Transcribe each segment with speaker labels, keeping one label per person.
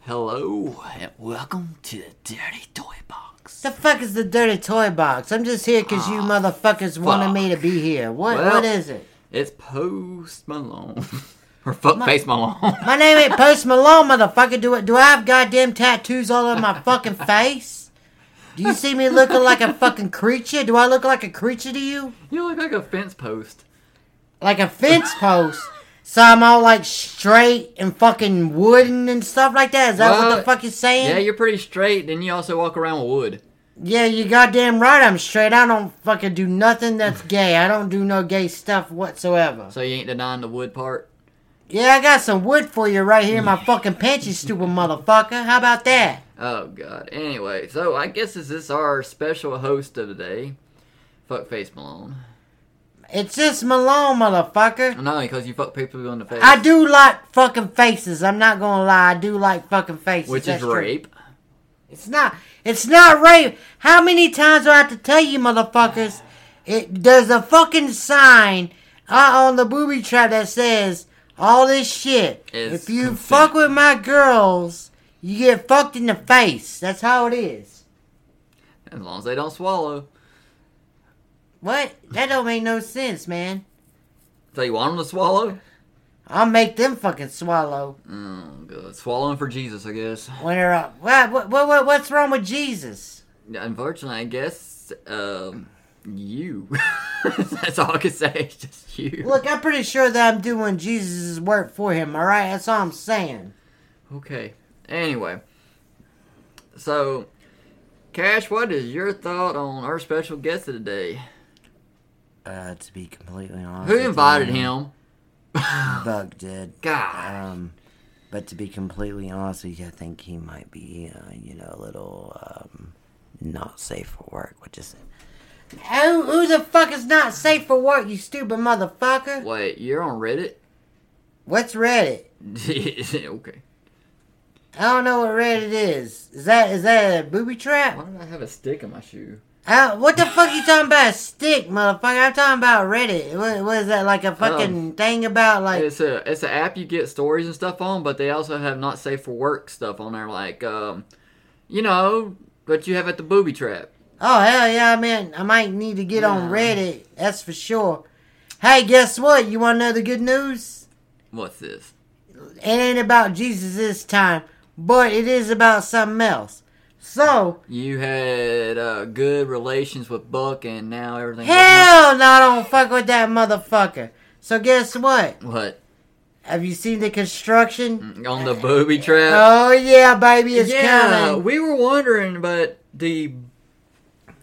Speaker 1: Hello and welcome to the Dirty Toy Box.
Speaker 2: The fuck is the dirty toy box? I'm just here because you motherfuckers wanted me to be here. What?
Speaker 1: Ah, Well-
Speaker 2: what is it?
Speaker 1: It's Post Malone. or Fuckface Malone.
Speaker 2: My name ain't Post Malone, motherfucker. Do it? Do I have goddamn tattoos all over my fucking face? Do you see me looking like a fucking creature? Do I look like a creature to you?
Speaker 1: you look like a fence post.
Speaker 2: Like a fence post? So I'm all like straight and fucking wooden and stuff like that. Is that what
Speaker 1: Well,
Speaker 2: the fuck you're saying?
Speaker 1: Yeah, you're pretty straight, and you also walk around with wood.
Speaker 2: Yeah, you goddamn right. I'm straight. I don't fucking do nothing that's gay. I don't do no gay stuff whatsoever.
Speaker 1: So you ain't denying the wood part.
Speaker 2: Yeah, I got some wood for you right here in
Speaker 1: Mm.
Speaker 2: my fucking pants, you stupid motherfucker. How about that?
Speaker 1: Oh god. Anyway, so I guess is this our special host of the day? Fuckface Malone.
Speaker 2: It's just Malone, motherfucker.
Speaker 1: No, because you fuck people in the face.
Speaker 2: I do like fucking faces. I'm not gonna lie. I do like fucking faces.
Speaker 1: Which
Speaker 2: That's
Speaker 1: is
Speaker 2: true.
Speaker 1: rape.
Speaker 2: It's not. It's not rape. How many times do I have to tell you, motherfuckers? It there's a fucking sign out on the booby trap that says all this shit.
Speaker 1: Is
Speaker 2: if you
Speaker 1: consent.
Speaker 2: fuck with my girls, you get fucked in the face. That's how it is.
Speaker 1: As long as they don't swallow.
Speaker 2: What? That don't make no sense, man.
Speaker 1: So you want them to swallow?
Speaker 2: I'll make them fucking swallow
Speaker 1: Oh god. Swallowing for Jesus, I guess.
Speaker 2: when they're up. What? What? What? what what's wrong with Jesus?
Speaker 1: Unfortunately, I guess um, you. That's all I can say. it's Just you.
Speaker 2: Look, I'm pretty sure that I'm doing Jesus' work for him. All right, that's all I'm saying.
Speaker 1: Okay. Anyway, so Cash, what is your thought on our special guest of the day?
Speaker 2: Uh, to be completely honest,
Speaker 1: Who
Speaker 2: with you,
Speaker 1: invited
Speaker 2: man,
Speaker 1: him?
Speaker 2: Buck did.
Speaker 1: God.
Speaker 2: Um, but to be completely honest with you, I think he might be, uh, you know, a little um, not safe for work. Which is who, who the fuck is not safe for work? You stupid motherfucker.
Speaker 1: Wait, you're on Reddit?
Speaker 2: What's Reddit?
Speaker 1: okay.
Speaker 2: I don't know what Reddit is. Is that is that a booby trap?
Speaker 1: Why did I have a stick in my shoe?
Speaker 2: Uh, what the fuck you talking about? A stick, motherfucker. I'm talking about Reddit. What, what is that, like a fucking thing about, like...
Speaker 1: It's a it's an app you get stories and stuff on, but they also have not safe for work stuff on there, like um, you know, what you have at the booby trap.
Speaker 2: Oh, hell yeah, I mean, I might need to get on
Speaker 1: Yeah.
Speaker 2: Reddit. That's for sure. Hey, guess what? You want to know the good news?
Speaker 1: What's this?
Speaker 2: It ain't about Jesus this time, but it is about something else. So,
Speaker 1: You had uh, good relations with Buck, and now everything.
Speaker 2: hell no, I don't fuck with that motherfucker. So guess what?
Speaker 1: What
Speaker 2: Have you seen the construction?
Speaker 1: on the booby trap?
Speaker 2: Oh yeah, baby, it's
Speaker 1: yeah,
Speaker 2: coming.
Speaker 1: we were wondering, but the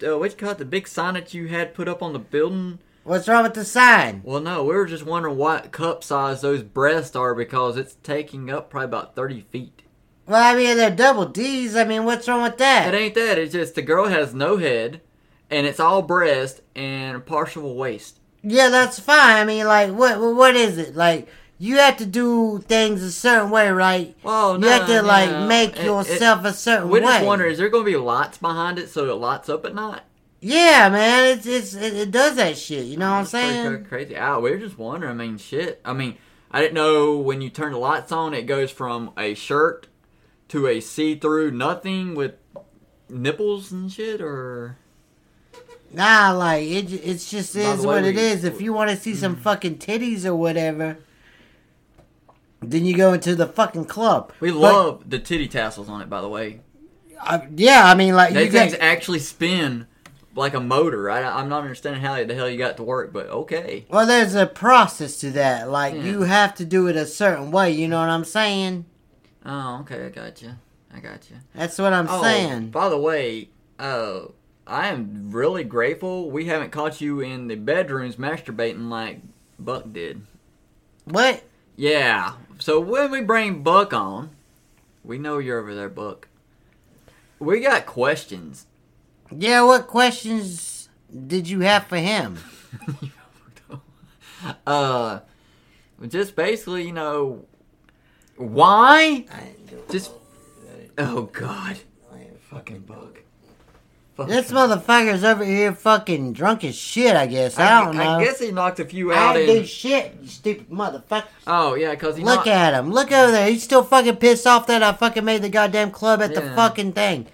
Speaker 1: uh, what you call it, the big sign that you had put up on the building.
Speaker 2: What's wrong with the sign?
Speaker 1: Well, no, we were just wondering what cup size those breasts are because it's taking up probably about thirty feet.
Speaker 2: Well, I mean, they're double D's. I mean, what's wrong with
Speaker 1: It
Speaker 2: that?
Speaker 1: ain't that. It's just the girl has no head, and it's all breast and partial waist.
Speaker 2: Yeah, that's fine. I mean, like, what what- what is it? Like, you have to do things a certain way, right?
Speaker 1: Well,
Speaker 2: you have
Speaker 1: no,
Speaker 2: to like
Speaker 1: no.
Speaker 2: make
Speaker 1: It- it-
Speaker 2: yourself a certain
Speaker 1: We're
Speaker 2: way.
Speaker 1: just wondering, is there going to be lights behind it so it lights up at night?
Speaker 2: Yeah, man, it's it's it, it does that shit. You know what I'm
Speaker 1: That's pretty
Speaker 2: saying?
Speaker 1: cra- crazy. Ah, we were just wondering. I mean, shit. I mean, I didn't know when you turn the lights on, it goes from a shirt to a see-through nothing with nipples and shit, or
Speaker 2: Nah, like it j- it's just
Speaker 1: By the
Speaker 2: is
Speaker 1: way,
Speaker 2: what it
Speaker 1: we- Mm-hmm.
Speaker 2: is. If you want to see some fucking titties or whatever, then you go into the fucking club.
Speaker 1: we
Speaker 2: But,
Speaker 1: love the titty tassels on it. By the way,
Speaker 2: uh, yeah, I mean, like
Speaker 1: they
Speaker 2: you got-
Speaker 1: things actually spin like a motor. I, I'm not understanding how the hell you got to work, but okay.
Speaker 2: Well, there's a process to that. Like
Speaker 1: Yeah.
Speaker 2: you have to do it a certain way. You know what I'm saying?
Speaker 1: Oh, okay. I got you. I got you.
Speaker 2: That's what I'm
Speaker 1: Oh,
Speaker 2: saying.
Speaker 1: By the way, uh, I am really grateful we haven't caught you in the bedrooms masturbating like Buck did.
Speaker 2: What?
Speaker 1: Yeah. So when we bring Buck on, we know you're over there, Buck. We got questions.
Speaker 2: Yeah. What questions did you have for him?
Speaker 1: uh, just basically, you know, why? Just. Oh God. Fucking Buck. Fuck.
Speaker 2: This motherfucker's over here fucking drunk as shit, I guess. I, don't know.
Speaker 1: I guess he knocked a few
Speaker 2: I
Speaker 1: out.
Speaker 2: didn't do
Speaker 1: In,
Speaker 2: shit, you stupid motherfucker.
Speaker 1: oh yeah, because he
Speaker 2: Look
Speaker 1: knocked,
Speaker 2: at him. Look over there. He's still fucking pissed off that I fucking made the goddamn club at the
Speaker 1: Yeah.
Speaker 2: fucking thing.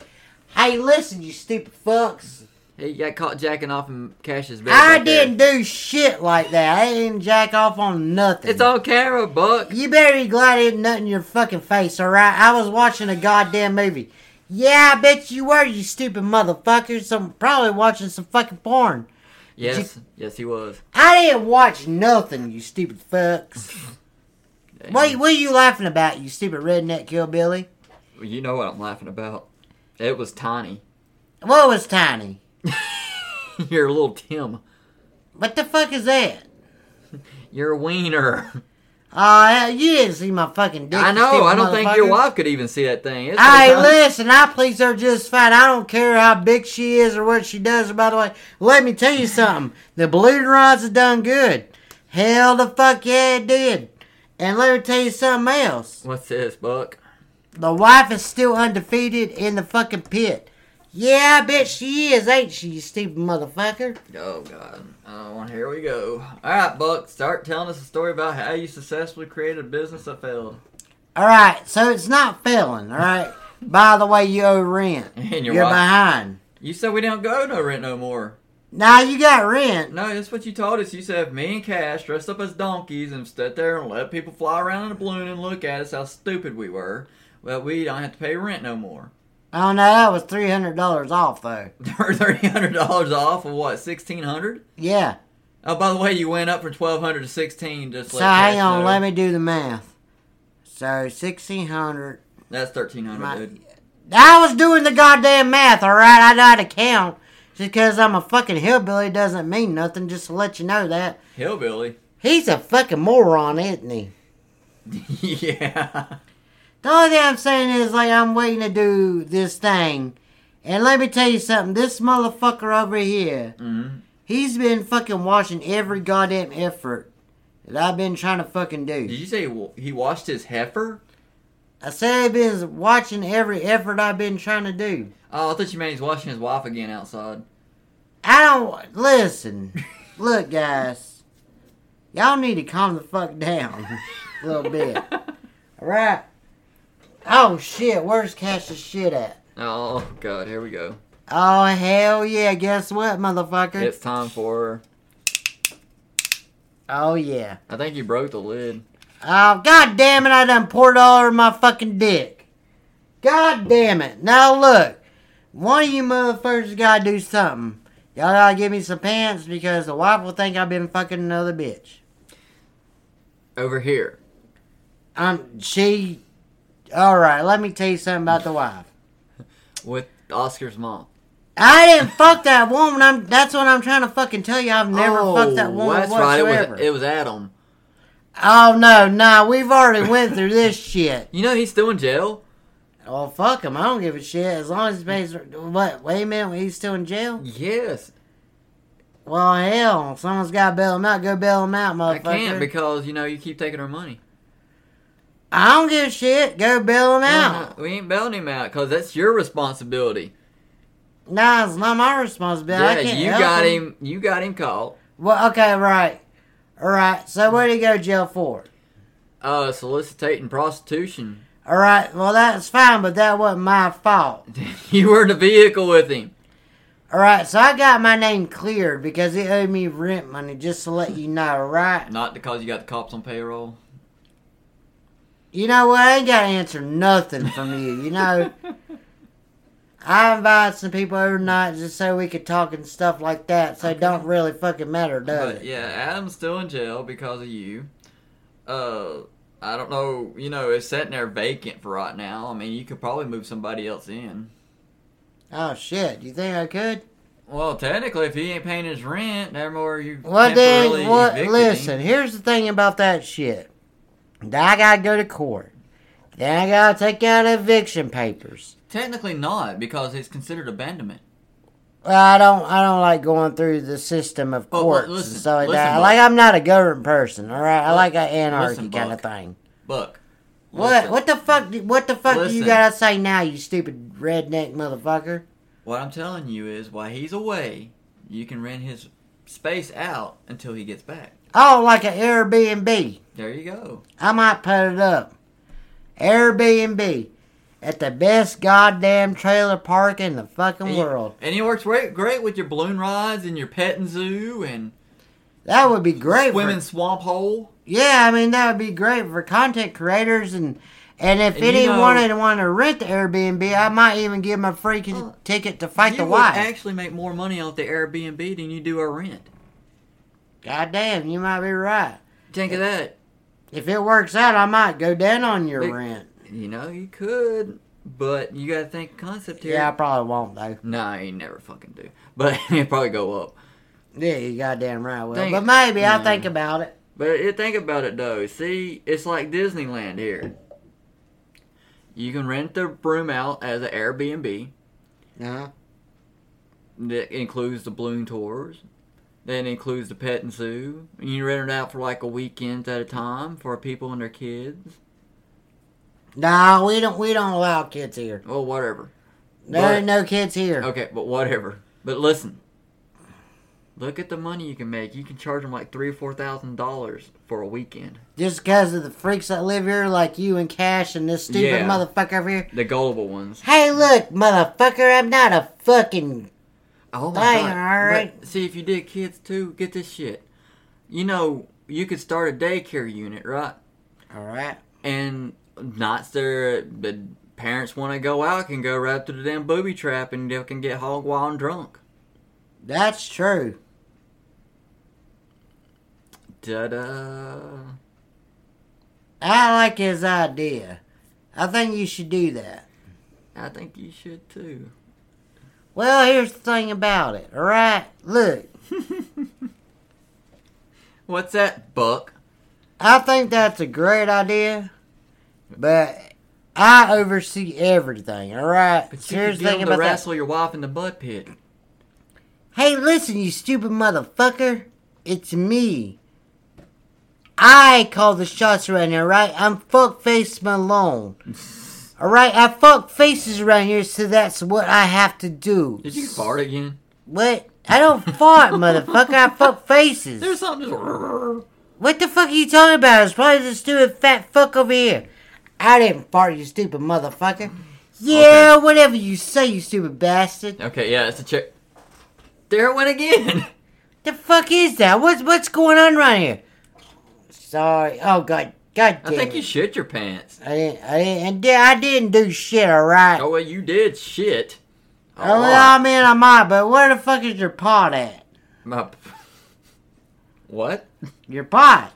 Speaker 2: Hey, listen, you stupid fucks.
Speaker 1: he got caught jacking off in Cash's bed.
Speaker 2: I
Speaker 1: right there.
Speaker 2: didn't do shit like that. I didn't jack off on nothing.
Speaker 1: It's on camera, Buck.
Speaker 2: You better be glad it ain't nothing in your fucking face, alright? I was watching a goddamn movie. Yeah, I bet you were, you stupid motherfuckers. I'm probably watching some fucking porn.
Speaker 1: Yes, yes, he was.
Speaker 2: I didn't watch nothing, you stupid fucks.
Speaker 1: Damn.
Speaker 2: What, what are you laughing about, you stupid redneck killbilly?
Speaker 1: You know what I'm laughing about? It was Tiny.
Speaker 2: What was tiny?
Speaker 1: You're a little Tim.
Speaker 2: What the fuck is that?
Speaker 1: You're a wiener.
Speaker 2: Uh, you didn't see my fucking dick.
Speaker 1: I
Speaker 2: you
Speaker 1: know.
Speaker 2: stupid
Speaker 1: I don't think your
Speaker 2: motherfucker.
Speaker 1: wife could even see that thing. It's
Speaker 2: Hey,
Speaker 1: like-
Speaker 2: listen, I please her just fine. I don't care how big she is or what she does. By the way, let me tell you something. The balloon rods have done good. Hell the fuck yeah, it did. And let me tell you something else.
Speaker 1: What's this, Buck?
Speaker 2: The wife is still undefeated in the fucking pit. Yeah, I bet she is, ain't she, you stupid motherfucker?
Speaker 1: Oh God! Oh, here we go. All right, Buck, start telling us a story about how you successfully created a business that failed.
Speaker 2: Alright, so it's not failing, alright? By the way, you owe rent.
Speaker 1: And
Speaker 2: You're
Speaker 1: your wife.
Speaker 2: behind.
Speaker 1: You said we don't go no rent no more.
Speaker 2: Now you got rent.
Speaker 1: No, that's what you told us. You said if me and Cash dressed up as donkeys and stood there and let people fly around in a balloon and look at us how stupid we were. Well, we don't have to pay rent no more.
Speaker 2: Oh no, that was three hundred dollars off though.
Speaker 1: We're Thirty hundred dollars off of what sixteen hundred?
Speaker 2: Yeah.
Speaker 1: Oh, by the way, you went up from twelve hundred to sixteen. Just
Speaker 2: So
Speaker 1: let Cash
Speaker 2: hang on,
Speaker 1: know.
Speaker 2: let me do the math. So sixteen hundred.
Speaker 1: That's thirteen
Speaker 2: My-
Speaker 1: hundred, dude.
Speaker 2: I was doing the goddamn math, all right. I know how to count. Just because I'm a fucking hillbilly doesn't mean nothing. Just to let you know that
Speaker 1: Hillbilly.
Speaker 2: he's a fucking moron, isn't he?
Speaker 1: yeah.
Speaker 2: The only thing I'm saying is like I'm waiting to do this thing, and let me tell you something. This motherfucker over here,
Speaker 1: hmm
Speaker 2: he's been fucking watching every goddamn effort that I've been trying to fucking do.
Speaker 1: Did you say he wa- he washed his heifer?
Speaker 2: I said I've been watching every effort I've been trying to do.
Speaker 1: Oh, I thought you meant he's washing his wife again outside.
Speaker 2: I don't listen. Look, guys, y'all need to calm the fuck down a little bit. All right. Oh shit, where's Cash's shit at?
Speaker 1: Oh God, here we go.
Speaker 2: Oh hell yeah! Guess what, motherfucker?
Speaker 1: It's time for.
Speaker 2: Oh yeah.
Speaker 1: I think you broke the lid.
Speaker 2: Oh god damn it! I done poured all over my fucking dick. God damn it! Now look, one of you motherfuckers gotta do something. Y'all gotta give me some pants because the wife will think I've been fucking another bitch.
Speaker 1: Over here.
Speaker 2: Um, she. All right, let me tell you something about the wife.
Speaker 1: With Oscar's mom.
Speaker 2: I didn't fuck that woman. I'm. That's what I'm trying to fucking tell you. I've never
Speaker 1: Oh,
Speaker 2: fucked that woman
Speaker 1: That's
Speaker 2: whatsoever.
Speaker 1: right. It was, it was Adam.
Speaker 2: oh no, no, we've already went through this shit.
Speaker 1: You know he's still in jail.
Speaker 2: Well, fuck him. I don't give a shit as long as he pays. What? Wait a minute. He's still in jail.
Speaker 1: Yes,
Speaker 2: Well, hell, someone's got to bail him out. Go bail him out, motherfucker.
Speaker 1: I can't because you know you keep taking her money.
Speaker 2: I don't give a shit. Go bail him out.
Speaker 1: We ain't bailing him out because that's your responsibility.
Speaker 2: Nah, it's not my responsibility. I
Speaker 1: yeah,
Speaker 2: can't
Speaker 1: you
Speaker 2: help
Speaker 1: got him. You got him caught.
Speaker 2: Well, okay, right, all right. So where would he go to jail for?
Speaker 1: Uh, soliciting prostitution.
Speaker 2: All right. Well, that's fine, but that wasn't my fault.
Speaker 1: you were in the vehicle with him.
Speaker 2: All right. So I got my name cleared because he owed me rent money. Just to let you know, all right?
Speaker 1: Not because you got the cops on payroll.
Speaker 2: You know what? I ain't got to answer nothing from you. You know. I invited some people overnight just so we could talk and stuff like that. So it don't really fucking matter, does
Speaker 1: But
Speaker 2: it?
Speaker 1: yeah, Adam's still in jail because of you. Uh, I don't know. You know, it's sitting there vacant for right now. I mean, you could probably move somebody else in.
Speaker 2: Oh shit! You think I could?
Speaker 1: Well, technically, if he ain't paying his rent, therefore you
Speaker 2: Well,
Speaker 1: temporarily
Speaker 2: then what?
Speaker 1: evicted
Speaker 2: Listen,
Speaker 1: him.
Speaker 2: here's the thing about that shit. Then I gotta go to court. Then I gotta take out eviction papers.
Speaker 1: Technically not because it's considered abandonment.
Speaker 2: Well, I don't. I don't like going through the system of
Speaker 1: But, but
Speaker 2: courts
Speaker 1: listen,
Speaker 2: and stuff like
Speaker 1: listen,
Speaker 2: that.
Speaker 1: Buck.
Speaker 2: Like I'm not a government person. All right, I
Speaker 1: Look,
Speaker 2: like an anarchy
Speaker 1: listen,
Speaker 2: kind of
Speaker 1: Buck.
Speaker 2: thing.
Speaker 1: Buck.
Speaker 2: What?
Speaker 1: listen.
Speaker 2: What the fuck? do- What the fuck do you
Speaker 1: Listen.
Speaker 2: gotta say now, you stupid redneck motherfucker?
Speaker 1: What I'm telling you is, while he's away, you can rent his space out until he gets back.
Speaker 2: Oh, like an Airbnb.
Speaker 1: There you go.
Speaker 2: I might put it up. Airbnb at the best goddamn trailer park in the fucking
Speaker 1: And you-
Speaker 2: world.
Speaker 1: and he works great, great with your balloon rides and your pet and zoo and
Speaker 2: That would be great. for-
Speaker 1: swimming swamp hole.
Speaker 2: yeah, I mean that would be great for content creators and and if
Speaker 1: And you
Speaker 2: anyone
Speaker 1: know-
Speaker 2: wanted to want to rent the Airbnb, I might even give them a free ki-
Speaker 1: Uh,
Speaker 2: ticket to fight
Speaker 1: you
Speaker 2: the
Speaker 1: would
Speaker 2: wife.
Speaker 1: actually make more money off the Airbnb than you do our rent.
Speaker 2: Goddamn, you might be right.
Speaker 1: Think of that.
Speaker 2: If it works out, I might go down on your
Speaker 1: Big-
Speaker 2: rent.
Speaker 1: You know, you could, but you gotta think concept here.
Speaker 2: Yeah, I probably won't though.
Speaker 1: Nah, you never fucking do. But it'd probably go up.
Speaker 2: Yeah, you goddamn right. Well,
Speaker 1: Think-
Speaker 2: but maybe I'll
Speaker 1: Mm.
Speaker 2: think about it.
Speaker 1: But it, think about it though. See, it's like Disneyland here. You can rent the room out as an Airbnb
Speaker 2: Uh-huh.
Speaker 1: that includes the balloon tours, that includes the pet and zoo. And you rent it out for like a weekend at a time for people and their kids.
Speaker 2: Nah, we don't. We don't allow kids here.
Speaker 1: Well, whatever.
Speaker 2: There
Speaker 1: But- Oh.
Speaker 2: ain't no kids here.
Speaker 1: Okay, but whatever. But listen, look at the money you can make. You can charge them like three or four thousand dollars for a weekend.
Speaker 2: Just because of the freaks that live here, like you and Cash and this stupid
Speaker 1: Yeah.
Speaker 2: motherfucker over here.
Speaker 1: The gullible ones.
Speaker 2: Hey, look, motherfucker, I'm not a fucking.
Speaker 1: Oh
Speaker 2: Dang,
Speaker 1: my god!
Speaker 2: alright.
Speaker 1: But see, if you did kids too, get this shit. You know, you could start a daycare unit, right?
Speaker 2: Alright.
Speaker 1: And not there, the parents want to go out can go right through the damn booby trap and they can get hog wild and drunk.
Speaker 2: That's true.
Speaker 1: Da da.
Speaker 2: I like his idea. I think you should do that.
Speaker 1: I think you should too.
Speaker 2: Well, here's the thing about it, alright? Look,
Speaker 1: What's that, Buck?
Speaker 2: I think that's a great idea, but I oversee everything, alright?
Speaker 1: But you
Speaker 2: Here's
Speaker 1: could
Speaker 2: the
Speaker 1: get
Speaker 2: thing
Speaker 1: them to
Speaker 2: about that.
Speaker 1: wrestle your wife in the butt pit.
Speaker 2: Hey, listen, you stupid motherfucker. It's me. I call the shots around here, right? I'm fuckface Malone. Alright, I fuck faces around here, so that's what I have to do.
Speaker 1: Did you fart again?
Speaker 2: What? I don't fart, motherfucker. I fuck faces.
Speaker 1: There's something just.
Speaker 2: What the fuck are you talking about? It's probably this stupid fat fuck over here. I didn't fart, you stupid motherfucker. Yeah, whatever you say, you stupid bastard.
Speaker 1: Okay, yeah, it's a chick. There it went again.
Speaker 2: The fuck is that? What's what's going on right here? Sorry. Oh god. God
Speaker 1: I
Speaker 2: damn.
Speaker 1: think
Speaker 2: it.
Speaker 1: you shit your pants.
Speaker 2: I didn't. I didn't. I di- I didn't do shit. All right.
Speaker 1: Oh well, you did shit. A
Speaker 2: Oh, well, I
Speaker 1: lot.
Speaker 2: mean, I might, but where the fuck is your pot at?
Speaker 1: Oh, My- What?
Speaker 2: Your pot.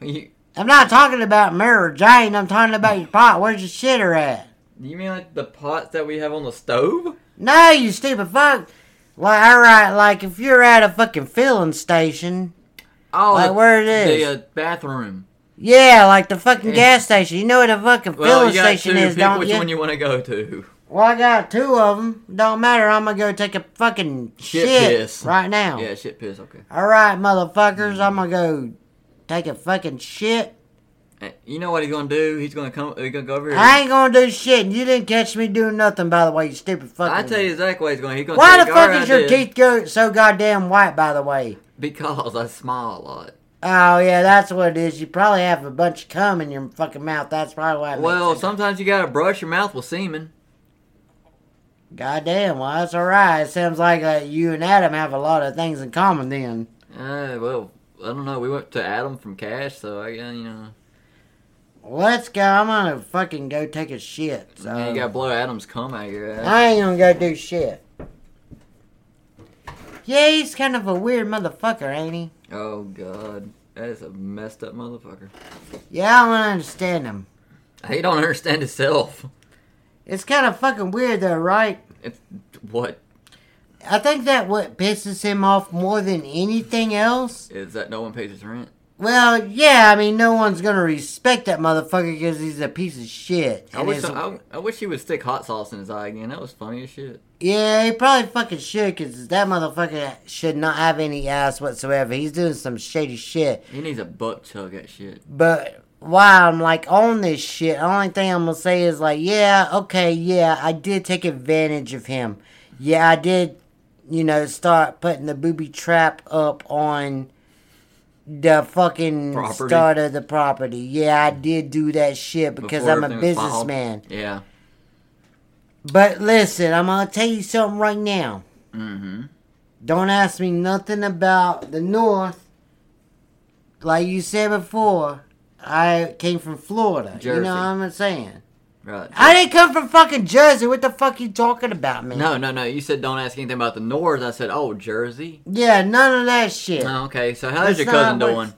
Speaker 1: You,
Speaker 2: I'm not talking about Mary Jane. I'm talking about your pot. Where's your shitter at?
Speaker 1: you mean like the pots that we have on the stove?
Speaker 2: No, you stupid fuck. Like, all right, like if you're at a fucking filling station,
Speaker 1: Oh,
Speaker 2: Like,
Speaker 1: the-
Speaker 2: where it is?
Speaker 1: The uh, bathroom.
Speaker 2: yeah, like the fucking
Speaker 1: Eh.
Speaker 2: gas station. You know what a fucking
Speaker 1: Well,
Speaker 2: filling
Speaker 1: you got
Speaker 2: station
Speaker 1: two.
Speaker 2: is,
Speaker 1: Pick
Speaker 2: don't
Speaker 1: which
Speaker 2: you?
Speaker 1: one you want to go to.
Speaker 2: Well, I got two of them. Don't matter. I'm gonna go take a fucking shit,
Speaker 1: Shit piss.
Speaker 2: right now.
Speaker 1: Yeah, shit piss. Okay.
Speaker 2: All right, motherfuckers. I'm gonna go take a fucking shit.
Speaker 1: Uh, You know what he's gonna do? He's gonna come. He's gonna go over here.
Speaker 2: I ain't gonna do shit. You didn't catch me doing nothing, by the way. You stupid fucking.
Speaker 1: I tell you exactly what he's going. He's going.
Speaker 2: Why the fuck is your teeth go so goddamn white? By the way.
Speaker 1: Because I smile a lot.
Speaker 2: Oh yeah, that's what it is. You probably have a bunch of cum in your fucking mouth. That's probably why. it makes
Speaker 1: Well,
Speaker 2: it-
Speaker 1: sometimes you gotta brush your mouth with semen.
Speaker 2: Goddamn, well that's all right. It sounds like uh, you and Adam have a lot of things in common then.
Speaker 1: Uh, well, I don't know. We went to Adam from Cash, so I uh, you know.
Speaker 2: Let's go. I'm gonna fucking go take a shit. So um,
Speaker 1: yeah, you gotta blow Adam's cum out of your ass.
Speaker 2: I ain't gonna go do shit. Yeah, he's kind of a weird motherfucker, ain't he?
Speaker 1: Oh God, that is a messed up motherfucker.
Speaker 2: Yeah, I don't understand him.
Speaker 1: He don't understand himself.
Speaker 2: It's kind of fucking weird though, right?
Speaker 1: It's what
Speaker 2: I think that what pisses him off more than anything else
Speaker 1: is that? No one pays his rent.
Speaker 2: Well, yeah, I mean, no one's gonna respect that motherfucker because he's a piece of shit.
Speaker 1: I
Speaker 2: And
Speaker 1: wish,
Speaker 2: it's-
Speaker 1: I, I wish he would stick hot sauce in his eye again. That was funny as shit.
Speaker 2: yeah, he probably fucking should because that motherfucker should not have any ass whatsoever. He's doing some shady shit.
Speaker 1: He needs a buck chug that shit.
Speaker 2: But while I'm like on this shit, the only thing I'm gonna say is like, yeah, okay, yeah, I did take advantage of him. Yeah, I did, you know, start putting the booby trap up on the fucking
Speaker 1: Property.
Speaker 2: start of the property. Yeah, I did do that shit because
Speaker 1: before
Speaker 2: I'm a
Speaker 1: everything was filed.
Speaker 2: businessman.
Speaker 1: Yeah.
Speaker 2: But listen, I'm gonna tell you something right now.
Speaker 1: Mm-hmm.
Speaker 2: Don't ask me nothing about the North. Like you said before, I came from Florida. You
Speaker 1: Jersey.
Speaker 2: know what I'm saying?
Speaker 1: Right.
Speaker 2: I didn't come from fucking Jersey. What the fuck you talking about, man?
Speaker 1: No, no, no. You said don't ask anything about the Nords. I said, oh, Jersey.
Speaker 2: Yeah, none of that shit.
Speaker 1: Oh, okay. So how's
Speaker 2: That's
Speaker 1: your cousin
Speaker 2: not
Speaker 1: doing?
Speaker 2: what's-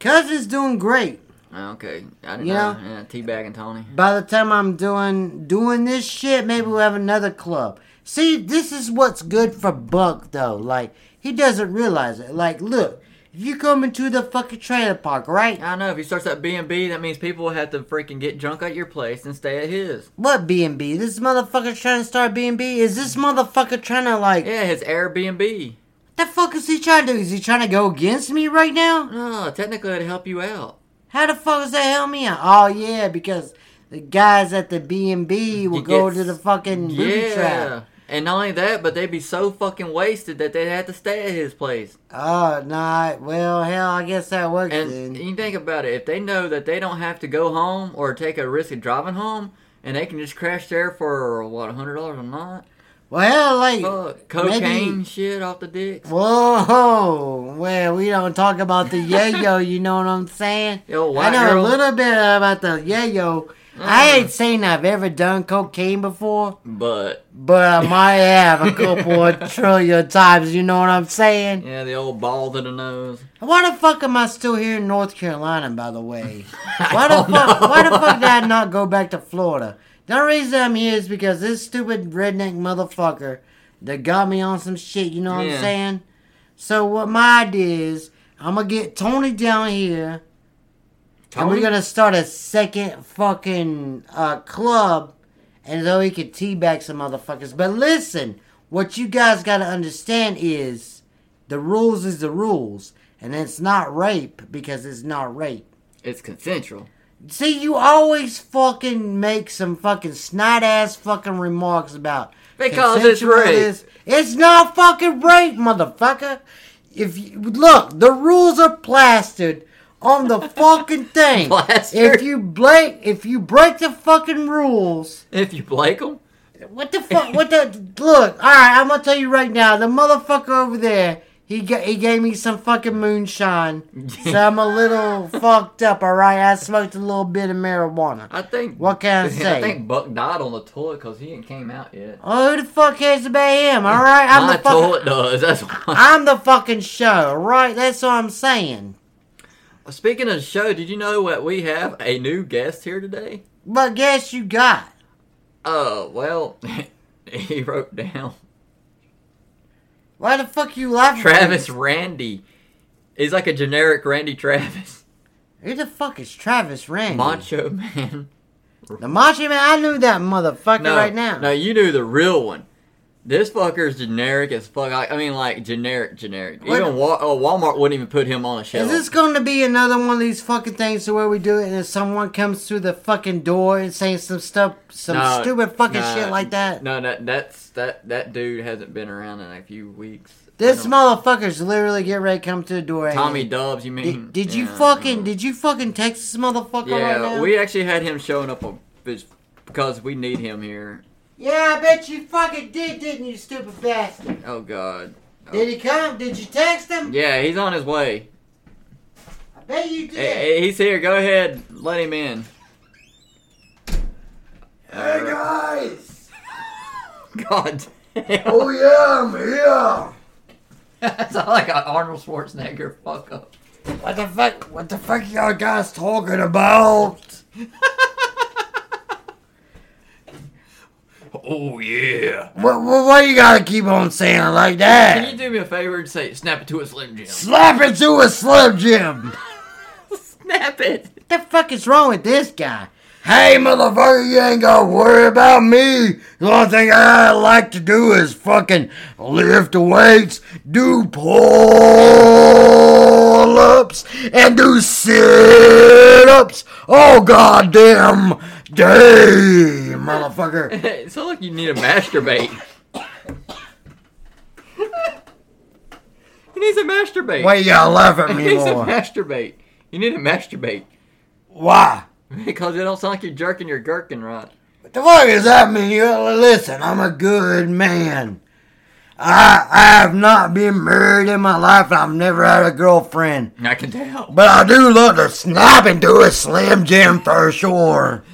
Speaker 2: Cousin's doing great.
Speaker 1: Oh, okay. I didn't
Speaker 2: You
Speaker 1: know.
Speaker 2: know?
Speaker 1: Yeah, Teabag and Tony.
Speaker 2: By the time I'm doing doing this shit, maybe we'll have another club. See, this is what's good for Buck though. Like he doesn't realize it. Like, look, if you come into the fucking trailer park, right?
Speaker 1: I know. If he starts that B and B, that means people have to freaking get drunk at your place and stay at his.
Speaker 2: What B and B? This motherfucker trying to start B and B? Is this motherfucker trying to like?
Speaker 1: Yeah, his Airbnb.
Speaker 2: The fuck is he trying to do? Is he trying to go against me right now?
Speaker 1: No, technically it'd help you out.
Speaker 2: How the fuck is that help me out? Oh yeah, because the guys at the B and B will
Speaker 1: You
Speaker 2: go
Speaker 1: get-
Speaker 2: to the fucking booby
Speaker 1: yeah.
Speaker 2: trap.
Speaker 1: And not only that, but they'd be so fucking wasted that they'd have to stay at his place.
Speaker 2: Oh no! I- well, hell, I guess that works.
Speaker 1: And
Speaker 2: Then.
Speaker 1: you think about it, if they know that they don't have to go home or take a risk of driving home, and they can just crash there for what hundred dollars a night,
Speaker 2: Well, hell, like,
Speaker 1: fuck, cocaine shit off the dicks.
Speaker 2: whoa, well, we don't talk about the yayo. you know what I'm saying?
Speaker 1: Yo,
Speaker 2: I
Speaker 1: white
Speaker 2: know
Speaker 1: girl. Uh-huh.
Speaker 2: a little bit about the yayo. I ain't saying I've ever done cocaine before,
Speaker 1: But
Speaker 2: but I might have a couple of trillion times. You know what I'm saying?
Speaker 1: yeah, the old ball to the nose.
Speaker 2: Why the fuck am I still here in North Carolina? By the way.
Speaker 1: I
Speaker 2: Why the
Speaker 1: don't
Speaker 2: fuck?
Speaker 1: know.
Speaker 2: Why the fuck did I not go back to Florida? The only reason I'm here is because this stupid redneck motherfucker that got me on some shit. You know what
Speaker 1: Yeah.
Speaker 2: I'm saying? So what my idea is, I'm gonna get Tony down here, and
Speaker 1: Tony?
Speaker 2: we're gonna start a second fucking uh, club, and so he can teabag some motherfuckers. But listen, what you guys gotta understand is, the rules is the rules, and it's not rape because it's not rape.
Speaker 1: It's consensual.
Speaker 2: See, you always fucking make some fucking snide ass fucking remarks about
Speaker 1: Because it's
Speaker 2: consensual
Speaker 1: rape.
Speaker 2: this. It's not fucking rape, motherfucker. If you, look, the rules are plastered on the fucking thing.
Speaker 1: Plastered?
Speaker 2: If you break, if you break the fucking rules,
Speaker 1: If you like them,
Speaker 2: what the fuck? What the look? All right, I'm gonna tell you right now. The motherfucker over there, he ga- he gave me some fucking moonshine, so I'm a little fucked up. All right, I smoked a little bit of marijuana.
Speaker 1: I think.
Speaker 2: What can I say?
Speaker 1: I think Buck died on the toilet because he ain't came out yet.
Speaker 2: Oh, who the fuck cares about him? All right, I'm
Speaker 1: My
Speaker 2: the fucking,
Speaker 1: toilet does. That's why.
Speaker 2: I'm the fucking show. all Right, that's what I'm saying.
Speaker 1: Speaking of the show, did you know that we have a new guest here today?
Speaker 2: But guess you got
Speaker 1: Uh, well, he wrote down
Speaker 2: why the fuck you laughing?
Speaker 1: Travis Randy. He's like a generic Randy Travis,
Speaker 2: Who the fuck is Travis Randy?
Speaker 1: Macho Man.
Speaker 2: The Macho Man. I knew that motherfucker right now.
Speaker 1: no, you knew the real one. This fucker is generic as fuck. I, I mean, like generic, generic.
Speaker 2: What-
Speaker 1: Even Wa- oh, Walmart wouldn't even put him on a shelf.
Speaker 2: Is this going to be another one of these fucking things to where we do it and if someone comes through the fucking door and saying some stuff, some
Speaker 1: No,
Speaker 2: stupid fucking
Speaker 1: no,
Speaker 2: shit like that?
Speaker 1: No, that that's that that dude hasn't been around in a few weeks.
Speaker 2: This
Speaker 1: I don't-
Speaker 2: motherfucker's literally getting ready to come to the door. and-
Speaker 1: Tommy Dubs, you mean?
Speaker 2: Did, did you
Speaker 1: Yeah,
Speaker 2: fucking?
Speaker 1: mhm.
Speaker 2: Did you fucking text this motherfucker right
Speaker 1: Yeah,
Speaker 2: now?
Speaker 1: we actually had him showing up on biz- because we need him here.
Speaker 2: yeah, I bet you fucking did, didn't you, stupid bastard?
Speaker 1: Oh God. Oh.
Speaker 2: Did he come? Did you text him?
Speaker 1: Yeah, he's on his way.
Speaker 2: I bet you did.
Speaker 1: Hey, hey, he's here. Go ahead, let him in.
Speaker 3: Hey guys!
Speaker 1: God. damn.
Speaker 3: Oh yeah, I'm here!
Speaker 1: That's not like an Arnold Schwarzenegger fuck up.
Speaker 3: What the fuck? What the fuck y'all guys talking about? oh yeah! What, what, why you gotta keep on saying it like
Speaker 1: Can you
Speaker 3: that?
Speaker 1: do me a favor and say snap it to a slim jim?
Speaker 3: Slap it to a Slim Jim!
Speaker 1: Snap it.
Speaker 2: What the fuck is wrong with this guy?
Speaker 3: Hey motherfucker, you ain't gotta worry about me! The only thing I like to do is fucking lift the weights, do pull ups, and do sit ups all goddamn day, motherfucker.
Speaker 1: It's not like you need to masturbate. He needs to masturbate.
Speaker 2: Why you gotta laugh at
Speaker 1: he
Speaker 2: me
Speaker 1: needs to
Speaker 2: more?
Speaker 1: masturbate. You need to masturbate
Speaker 2: Why?
Speaker 1: because it don't sound like you're jerking your gherkin right.
Speaker 2: What the fuck does that mean? You listen, I'm a good man. I I have not been married in my life. and I've never had a girlfriend.
Speaker 1: I can tell.
Speaker 2: But I do love to snap into a Slim Jim for sure.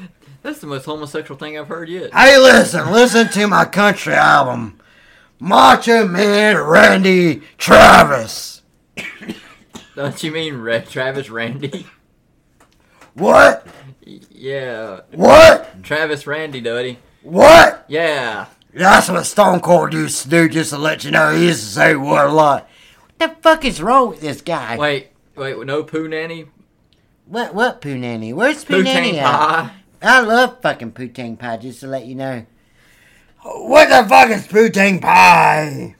Speaker 1: That's the most homosexual thing I've heard yet.
Speaker 2: Hey, listen, listen to my country album, Macho Man Randy Travis.
Speaker 1: Don't you mean Red Travis Randy?
Speaker 2: What?
Speaker 1: Yeah,
Speaker 2: What?
Speaker 1: Travis Randy, Duddy.
Speaker 2: What?
Speaker 1: Yeah,
Speaker 2: That's what Stone Cold used to do, just to let you know. He used to say what a lot.
Speaker 4: What the fuck is wrong with this guy?
Speaker 1: wait, wait, no poo nanny,
Speaker 4: What what poo nanny? Where's poo
Speaker 1: poo
Speaker 4: nanny
Speaker 1: tank
Speaker 4: at?
Speaker 1: pie.
Speaker 4: I love fucking poutine pie. Just to let you know,
Speaker 2: What the fuck is poutine pie?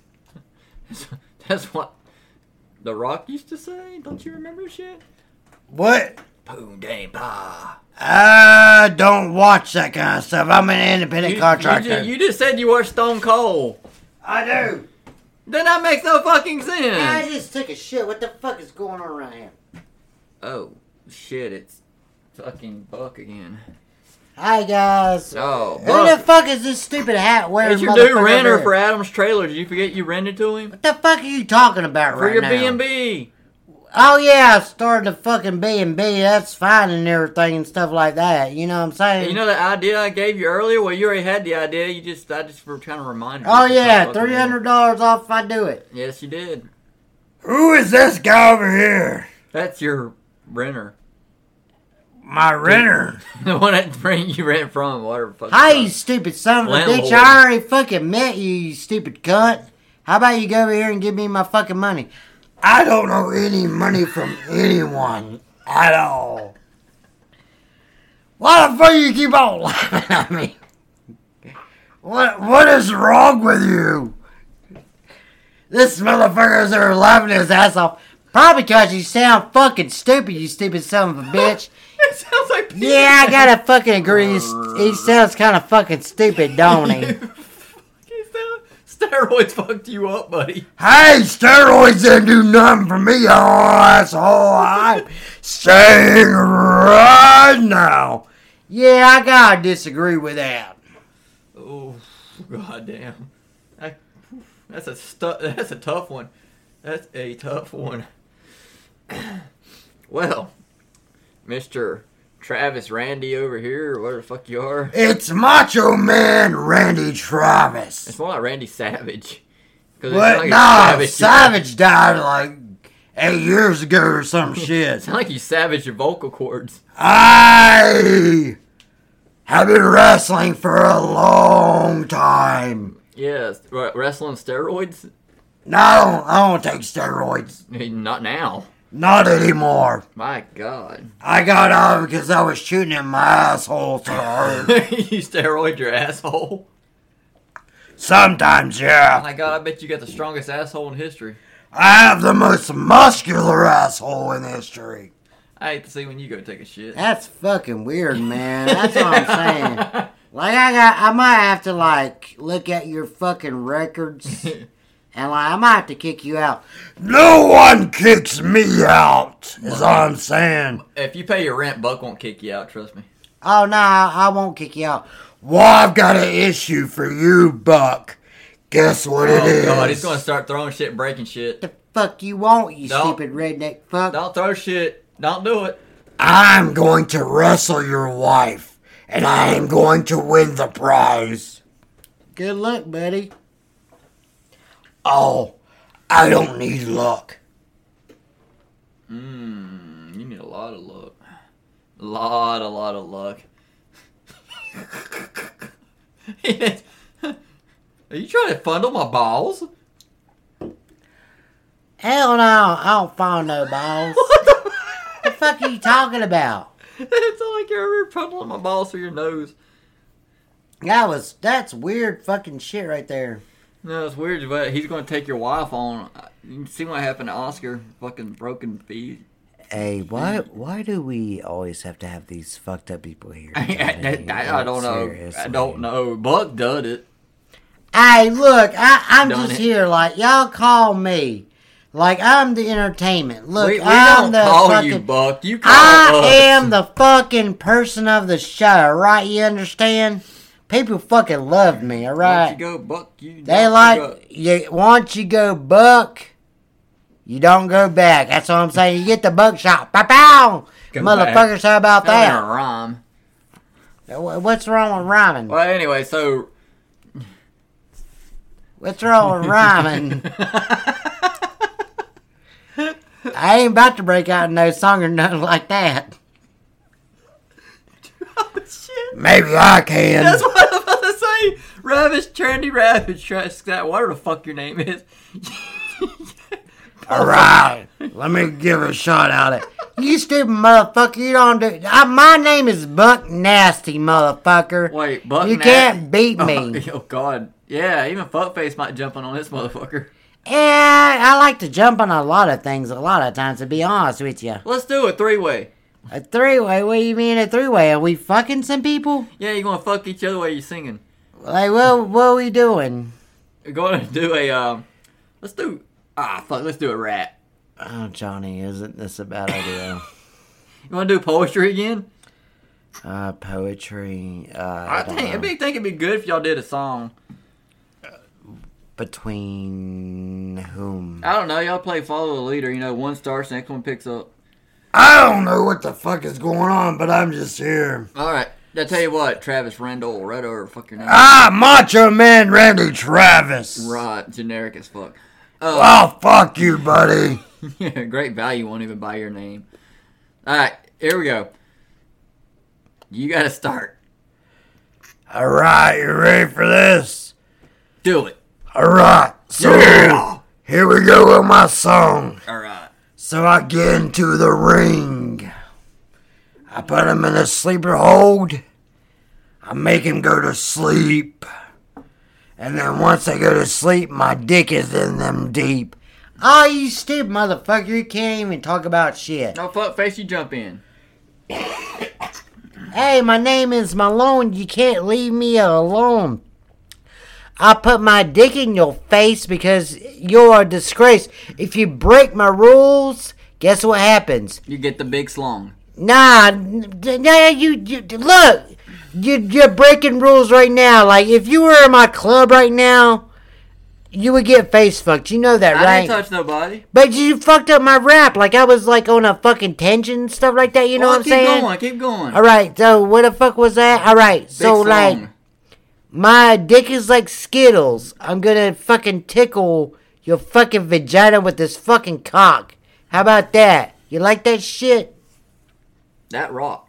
Speaker 1: That's what The Rock used to say. Don't you remember shit?
Speaker 2: What?
Speaker 1: Poo dang pie.
Speaker 2: I don't watch that kind of stuff. I'm an independent
Speaker 1: You, you,
Speaker 2: contractor.
Speaker 1: just, you just said you were Stone Cold.
Speaker 2: I do.
Speaker 1: Then that makes no fucking sense.
Speaker 4: I just took a shit. What the fuck is going on right here?
Speaker 1: Oh shit! It's fucking Buck again.
Speaker 4: Hi guys.
Speaker 1: Oh,
Speaker 4: Who the
Speaker 1: Buck.
Speaker 4: fuck is this stupid hat wearing?
Speaker 1: It's your new
Speaker 4: motherfucker
Speaker 1: renter
Speaker 4: there?
Speaker 1: for Adam's trailer. Did you forget you rented to him
Speaker 4: What the fuck are you talking about
Speaker 1: for
Speaker 4: right
Speaker 1: your
Speaker 4: now?
Speaker 1: B and B?
Speaker 4: Oh yeah, I started a fucking B and B. That's fine and everything and stuff like that. You know what I'm saying?
Speaker 1: You know the idea I gave you earlier? Well, you already had the idea. You just I just were trying to remind you.
Speaker 4: oh
Speaker 1: It's
Speaker 4: yeah,
Speaker 1: not fucking
Speaker 4: three hundred dollars off if I do it.
Speaker 1: real. Yes, you did.
Speaker 2: Who is this guy over here?
Speaker 1: That's your renter.
Speaker 2: My renter.
Speaker 1: The one that bring you rent from, whatever. the fuck
Speaker 4: Hi, you
Speaker 1: it's
Speaker 4: stupid son of a bitch.
Speaker 1: Landlord.
Speaker 4: I already fucking met you, you stupid cunt. How about you go over here and give me my fucking money?
Speaker 2: I don't know any money from anyone at all. Why the fuck you keep on laughing at me? What what is wrong with you? This motherfucker is there laughing his ass off.
Speaker 4: Probably because you sound fucking stupid, you stupid son of a bitch.
Speaker 1: called. It sounds like Peter
Speaker 4: yeah, I gotta fucking agree. He's, he sounds kind of fucking stupid, don't he?
Speaker 1: Pan. Fucking sound- Steroids fucked you up, buddy.
Speaker 2: Hey, steroids didn't do nothing for me, oh asshole. I'm saying right now.
Speaker 4: Yeah, I gotta disagree with that.
Speaker 1: Oh, goddamn. I, that's a stu- That's a tough one. That's a tough one. well, Mister Travis Randy over here, or whatever the fuck you are.
Speaker 2: It's Macho Man Randy Travis.
Speaker 1: It's more like Randy Savage. 'Cause it sound
Speaker 2: What?
Speaker 1: like a
Speaker 2: Nah,
Speaker 1: savage-
Speaker 2: Savage died like eight years ago or some shit.
Speaker 1: Sound like you savage your vocal cords.
Speaker 2: I have been wrestling for a long time.
Speaker 1: Yes, what, wrestling steroids?
Speaker 2: No, I don't, I don't take steroids.
Speaker 1: Not now.
Speaker 2: Not anymore.
Speaker 1: My God.
Speaker 2: I got out because I was shooting in my asshole so hard.
Speaker 1: you steroid your asshole.
Speaker 2: Sometimes, yeah.
Speaker 1: My God, I bet you got the strongest asshole in history.
Speaker 2: I have the most muscular asshole in history.
Speaker 1: I hate to see when you go take a shit.
Speaker 4: That's fucking weird, man. That's what I'm saying. Like I got, I might have to like look at your fucking records, and like I might have to kick you out.
Speaker 2: No one kicks me out, is all I'm saying.
Speaker 1: If you pay your rent, Buck won't kick you out. Trust me.
Speaker 4: Oh no, I, I won't kick you out.
Speaker 2: Well, I've got an issue for you, Buck. Guess what it
Speaker 1: Oh
Speaker 2: is?
Speaker 1: God, he's gonna start throwing shit, and breaking shit.
Speaker 4: The fuck you want, you
Speaker 1: Don't-
Speaker 4: stupid redneck fuck?
Speaker 1: Don't throw shit. Don't do it.
Speaker 2: I'm going to wrestle your wife, and I am going to win the prize.
Speaker 4: Good luck, buddy.
Speaker 2: Oh, I don't need luck.
Speaker 1: Mm, you need a lot of luck. A lot, a lot of luck. Are you trying to fondle my balls?
Speaker 4: Hell no, I don't find no balls. what the fuck are you talking about?
Speaker 1: it's not like you're ever fondling my balls through your nose.
Speaker 4: That was that's weird fucking shit right there.
Speaker 1: No, it's weird, but he's going to take your wife on. You see what happened to Oscar? Fucking broken feet.
Speaker 4: Hey, why why do we always have to have these fucked up people here?
Speaker 1: I, I don't know. I don't know. Buck done it.
Speaker 4: Hey, look, I, I'm
Speaker 1: Done
Speaker 4: just
Speaker 1: it.
Speaker 4: here. Like y'all call me.
Speaker 2: Like I'm the entertainment. Look,
Speaker 1: we we
Speaker 2: I'm
Speaker 1: don't
Speaker 2: the
Speaker 1: call
Speaker 2: fucking,
Speaker 1: you Buck. You call
Speaker 2: I
Speaker 1: us.
Speaker 2: am the fucking person of the show, right? You understand? People fucking love me,
Speaker 1: Once you
Speaker 2: all right?
Speaker 1: go Buck, you
Speaker 2: They
Speaker 1: you
Speaker 2: like
Speaker 1: go-
Speaker 2: you. Once you go buck, you don't go back. That's what I'm saying. You get the buckshot, pow pow,
Speaker 1: Go
Speaker 2: motherfuckers. How about
Speaker 1: that ain't a
Speaker 2: that?
Speaker 1: rhyme.
Speaker 2: Wh- What's wrong with rhyming?
Speaker 1: Well, anyway, so
Speaker 2: What's wrong with rhyming? I ain't about to break out in no song or nothing like that.
Speaker 1: shit.
Speaker 3: Maybe I can.
Speaker 1: That's what I'm about to say. Ravish, Trendy Ravish, Trash Scat, whatever the fuck your name is.
Speaker 3: All right. Let me give a shot at it.
Speaker 2: You stupid motherfucker! You don't do. I, my name is Buck Nasty, motherfucker.
Speaker 1: Wait, Buck.
Speaker 2: you
Speaker 1: Nat-
Speaker 2: can't beat me.
Speaker 1: Oh, God. Yeah, even Fuckface might jump in on this motherfucker.
Speaker 2: Yeah, I like to jump on a lot of things a lot of times, to be honest with you.
Speaker 1: Let's do a three way.
Speaker 2: A three way? What do you mean a three way? Are we fucking some people?
Speaker 1: Yeah, you're gonna fuck each other while you're singing.
Speaker 2: Like, what, what are we doing?
Speaker 1: We're gonna do a um. Let's do ah fuck. Let's do a rap.
Speaker 2: Oh, Johnny, isn't this a bad idea?
Speaker 1: You wanna do poetry again?
Speaker 2: uh, poetry. Uh,
Speaker 1: I,
Speaker 2: I don't
Speaker 1: think it'd
Speaker 2: know.
Speaker 1: be think it'd be good if y'all did a song.
Speaker 2: Between whom?
Speaker 1: I don't know. Y'all play follow the leader. You know, one starts, next one picks up.
Speaker 3: I don't know what the fuck is going on, but I'm just here.
Speaker 1: All right. I tell you what, Travis Randall, right over fuck your name.
Speaker 3: Ah, Macho Man Randy Travis.
Speaker 1: Right, generic as fuck. Uh,
Speaker 3: Oh, fuck you, buddy.
Speaker 1: yeah, great value won't even buy your name. All right, here we go. You got to start.
Speaker 3: All right, you ready for this?
Speaker 1: Do it.
Speaker 3: All right, so
Speaker 1: Yeah.
Speaker 3: here we go with my song.
Speaker 1: All right.
Speaker 3: So I get into the ring. I put him in a sleeper hold. I make him go to sleep. And then once they go to sleep, my dick is in them deep.
Speaker 2: Oh, you stupid motherfucker! You can't even talk about shit.
Speaker 1: No fuck face, you jump in.
Speaker 2: Hey, my name is Malone. You can't leave me alone. I put my dick in your face because you're a disgrace. If you break my rules, guess what happens?
Speaker 1: You get the big slong.
Speaker 2: Nah, n- nah, you, you look. You, you're breaking rules right now. Like if you were in my club right now, you would get face fucked. You know that,
Speaker 1: I
Speaker 2: right?
Speaker 1: didn't touch nobody.
Speaker 2: but you fucked up my rap. Like I was like on a fucking tension and stuff like that. You know
Speaker 1: Oh,
Speaker 2: what I'm
Speaker 1: keep
Speaker 2: saying?
Speaker 1: going, keep going.
Speaker 2: All right, so what the fuck was that? All right,
Speaker 1: Big
Speaker 2: so like
Speaker 1: slong.
Speaker 2: my dick is like Skittles. I'm gonna fucking tickle your fucking vagina with this fucking cock. How about that? You like that shit?
Speaker 1: That rocked.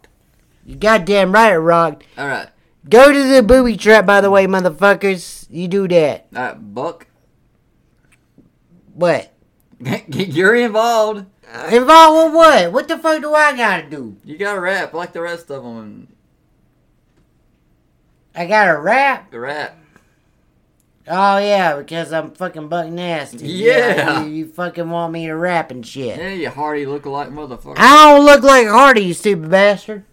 Speaker 2: You goddamn right it rocked.
Speaker 1: All right.
Speaker 2: Go to the booby trap, by the way, motherfuckers. You do that.
Speaker 1: All right, Buck.
Speaker 2: What?
Speaker 1: You're involved.
Speaker 2: Uh, Involved with what? What the fuck do I gotta do?
Speaker 1: You got to rap like the rest of them and
Speaker 2: I gotta rap?
Speaker 1: rap.
Speaker 2: Oh yeah, because I'm fucking buck nasty.
Speaker 1: Yeah.
Speaker 2: you, you fucking want me to rap and shit.
Speaker 1: Yeah, you hardy look-alike motherfucker.
Speaker 2: I don't look like Hardy, you stupid bastard.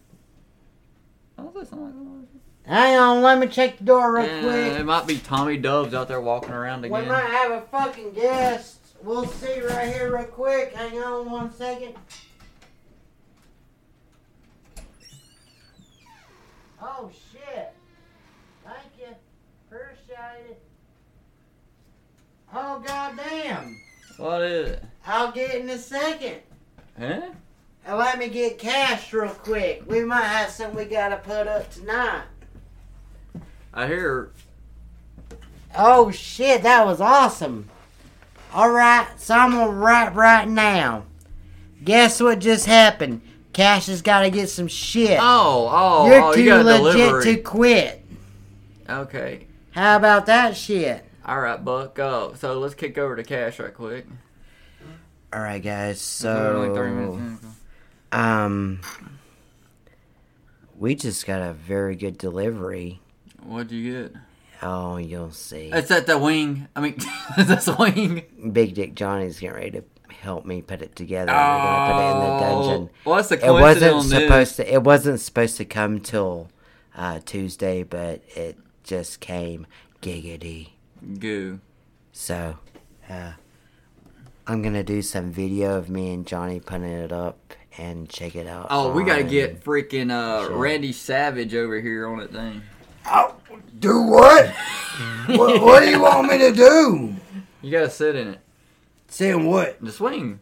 Speaker 1: Don't that sound like Hardy?
Speaker 2: Hang on, let me check the door real
Speaker 1: Yeah,
Speaker 2: quick.
Speaker 1: it might be Tommy Doves out there walking around
Speaker 2: We
Speaker 1: again.
Speaker 2: might have a fucking guest. We'll see right here real quick. Hang on one second. Oh shit. Thank you. Appreciate it. Oh goddamn.
Speaker 1: What is it?
Speaker 2: I'll get it in a second.
Speaker 1: Huh?
Speaker 2: And let me get cash real quick. We might have something we gotta put up tonight.
Speaker 1: I hear.
Speaker 2: Oh shit, that was awesome. Alright, so I'm gonna rap right now. Guess what just happened? Cash has gotta get some shit.
Speaker 1: Oh, oh,
Speaker 2: You're
Speaker 1: oh,
Speaker 2: too
Speaker 1: you got a
Speaker 2: legit
Speaker 1: delivery.
Speaker 2: to quit.
Speaker 1: Okay.
Speaker 2: How about that shit?
Speaker 1: All right, Buck. Go. So let's kick over to Cash right quick.
Speaker 2: Alright guys,
Speaker 1: We're only 30 minutes
Speaker 2: so
Speaker 1: in.
Speaker 2: um we just got a very good delivery.
Speaker 1: What'd you get?
Speaker 2: Oh, you'll see.
Speaker 1: It's at the wing. I mean, that's the wing.
Speaker 2: Big Dick Johnny's getting ready to help me put it together. We're gonna put it in the dungeon.
Speaker 1: Oh, What's the
Speaker 2: it
Speaker 1: coincidence
Speaker 2: wasn't
Speaker 1: on this?
Speaker 2: supposed to it wasn't supposed to come till uh, Tuesday, but it just came giggity.
Speaker 1: Goo.
Speaker 2: So uh, I'm gonna do some video of me and Johnny putting it up and check it out.
Speaker 1: Oh, we gotta
Speaker 2: on-
Speaker 1: get freaking uh,
Speaker 2: Sure.
Speaker 1: Randy Savage over here on it thing.
Speaker 3: Oh, do what? what? What do you want me to do?
Speaker 1: You gotta sit in it.
Speaker 3: Saying what?
Speaker 1: The swing.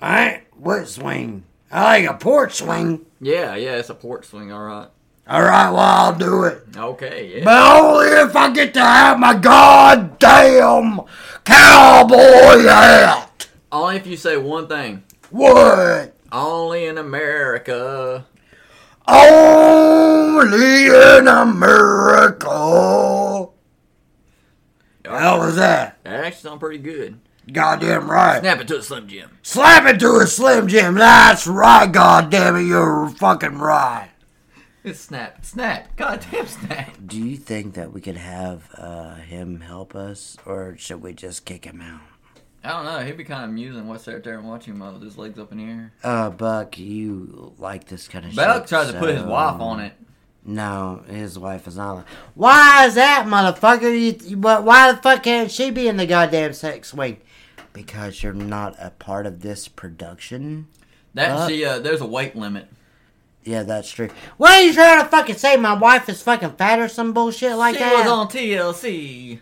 Speaker 3: I ain't what swing? I like a porch swing.
Speaker 1: Yeah, yeah, it's a port swing. All right.
Speaker 3: All right, well I'll do it,
Speaker 1: Okay. Yeah.
Speaker 3: but only if I get to have my goddamn cowboy hat.
Speaker 1: Only if you say one thing.
Speaker 3: What?
Speaker 1: Only in America.
Speaker 3: Only in America. How was that?
Speaker 1: That actually sounds pretty good.
Speaker 3: Goddamn right.
Speaker 1: Snap it to a Slim Jim.
Speaker 3: Slap it to a Slim Jim. That's right, goddamn it. You're fucking right.
Speaker 1: It's snap. Snap. Goddamn snap.
Speaker 2: Do you think that we could have uh, him help us, or should we just kick him out?
Speaker 1: I don't know. He'd be kind of amusing what's out there and watching him uh, with his legs up in the air.
Speaker 2: Uh, Buck, you like this kind of shit.
Speaker 1: Belk tried to put his
Speaker 2: so-
Speaker 1: wife on it.
Speaker 2: No, his wife is not. Like, why is that, motherfucker? You, you, why- why the fuck can't she be in the goddamn sex wing? Because you're not a part of this production.
Speaker 1: That
Speaker 2: Uh.
Speaker 1: she. Uh, there's a weight limit.
Speaker 2: Yeah, that's true. What are you trying to fucking say? My wife is fucking fat or some bullshit like
Speaker 1: she
Speaker 2: that?
Speaker 1: was on TLC.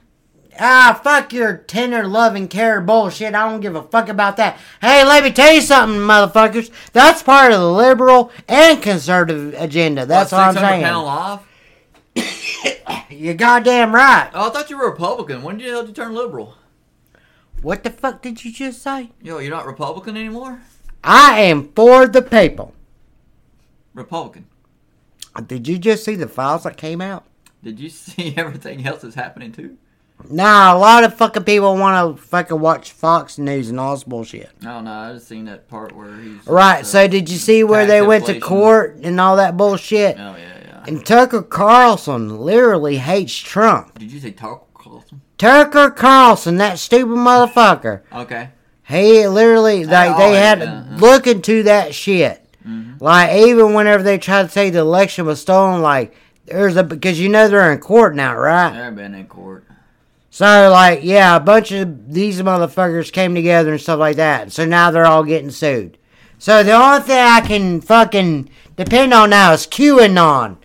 Speaker 2: Ah, fuck your tender love and care bullshit. I don't give a fuck about that. Hey, let me tell you something, motherfuckers. That's part of the liberal and conservative agenda. That's
Speaker 1: a
Speaker 2: what I'm
Speaker 1: 600
Speaker 2: saying.
Speaker 1: pound life.
Speaker 2: You're goddamn right.
Speaker 1: Oh, I thought you were Republican. When did you, hell did you turn liberal?
Speaker 2: What the fuck did you just say?
Speaker 1: Yo, you're not Republican anymore.
Speaker 2: I am for the people.
Speaker 1: Republican.
Speaker 2: Uh, Did you just see the files that came out?
Speaker 1: Did you see everything else that's happening too?
Speaker 2: Nah, a lot of fucking people want to fucking watch Fox News and all this bullshit.
Speaker 1: No, no, I just seen that part where he's
Speaker 2: Right, so did you see where they
Speaker 1: Tax
Speaker 2: went to
Speaker 1: inflation.
Speaker 2: court and all that bullshit?
Speaker 1: Oh yeah, yeah.
Speaker 2: And Tucker Carlson literally hates Trump.
Speaker 1: Did you say Tucker Carlson?
Speaker 2: Tucker Carlson, that stupid motherfucker.
Speaker 1: Okay.
Speaker 2: He literally like they
Speaker 1: always
Speaker 2: had
Speaker 1: been, uh-huh.
Speaker 2: look into that shit.
Speaker 1: Mm-hmm.
Speaker 2: Like even whenever they tried to say the election was stolen, like there's a because you know they're in court now, right?
Speaker 1: They've been in court.
Speaker 2: So like yeah, a bunch of these motherfuckers came together and stuff like that. So now they're all getting sued. So the only thing I can fucking depend on now is QAnon.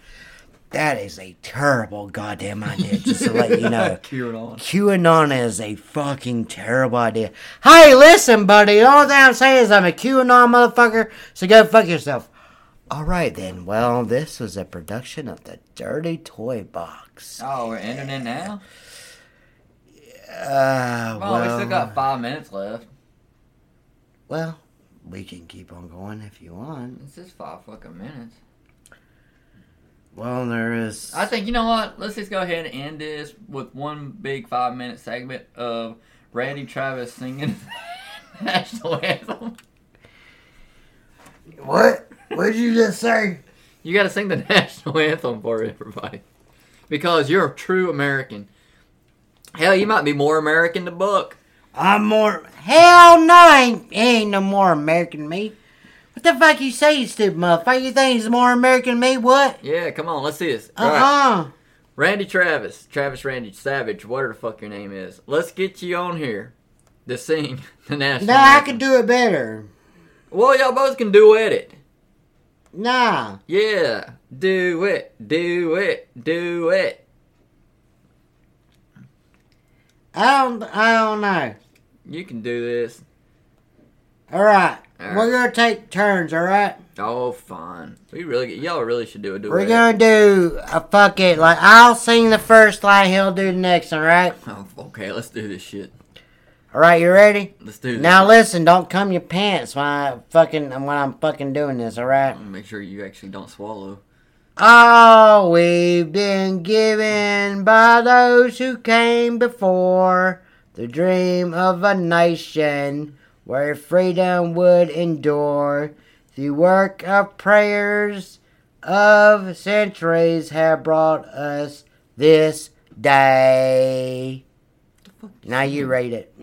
Speaker 2: That is a terrible goddamn idea. Just to let you know.
Speaker 1: QAnon.
Speaker 2: QAnon is a fucking terrible idea. Hey, listen, buddy. The only thing I'm saying is I'm a QAnon motherfucker, so go fuck yourself. All right, then. Well, this was a production of the Dirty Toy Box.
Speaker 1: Oh, we're ending it now.
Speaker 2: Uh,
Speaker 1: Well, Oh, we still got five minutes left.
Speaker 2: well, we can keep on going if you want.
Speaker 1: It's just five fucking minutes.
Speaker 2: Well, there is.
Speaker 1: I think you know what. Let's just go ahead and end this with one big five minute segment of Randy Travis singing national anthem.
Speaker 3: What? What did you just say?
Speaker 1: You got to sing the national anthem for everybody because you're a true American. Hell, you might be more American than Buck.
Speaker 3: I'm more.
Speaker 2: Hell no, I ain't, he ain't no more American than me. What the fuck you say, you stupid motherfucker? You think he's more American than me? What?
Speaker 1: Yeah, come on, let's see this.
Speaker 2: Uh uh
Speaker 1: All right. Randy Travis, Travis Randy Savage, whatever the fuck your name is. Let's get you on here to sing the national
Speaker 2: No, I
Speaker 1: anthem.
Speaker 2: could do it better.
Speaker 1: Well, y'all both can duet it.
Speaker 2: Nah.
Speaker 1: Yeah, do it, do it, do it.
Speaker 2: I don't. I don't know.
Speaker 1: You can do this.
Speaker 2: All right.
Speaker 1: All right.
Speaker 2: We're gonna take turns. All right.
Speaker 1: Oh, fine. We really, y'all really should do a duet.
Speaker 2: We're gonna do a fuck it. Like I'll sing the first line. He'll do the next one. Right.
Speaker 1: Oh, okay, let's do this shit.
Speaker 2: All right. You ready?
Speaker 1: Let's do this.
Speaker 2: Now listen. Don't come your pants when I fucking when I'm fucking doing this. All right.
Speaker 1: Make sure you actually don't swallow.
Speaker 2: All we've been given by those who came before the dream of a nation where freedom would endure. The work of prayers of centuries have brought us this day. Now you read it.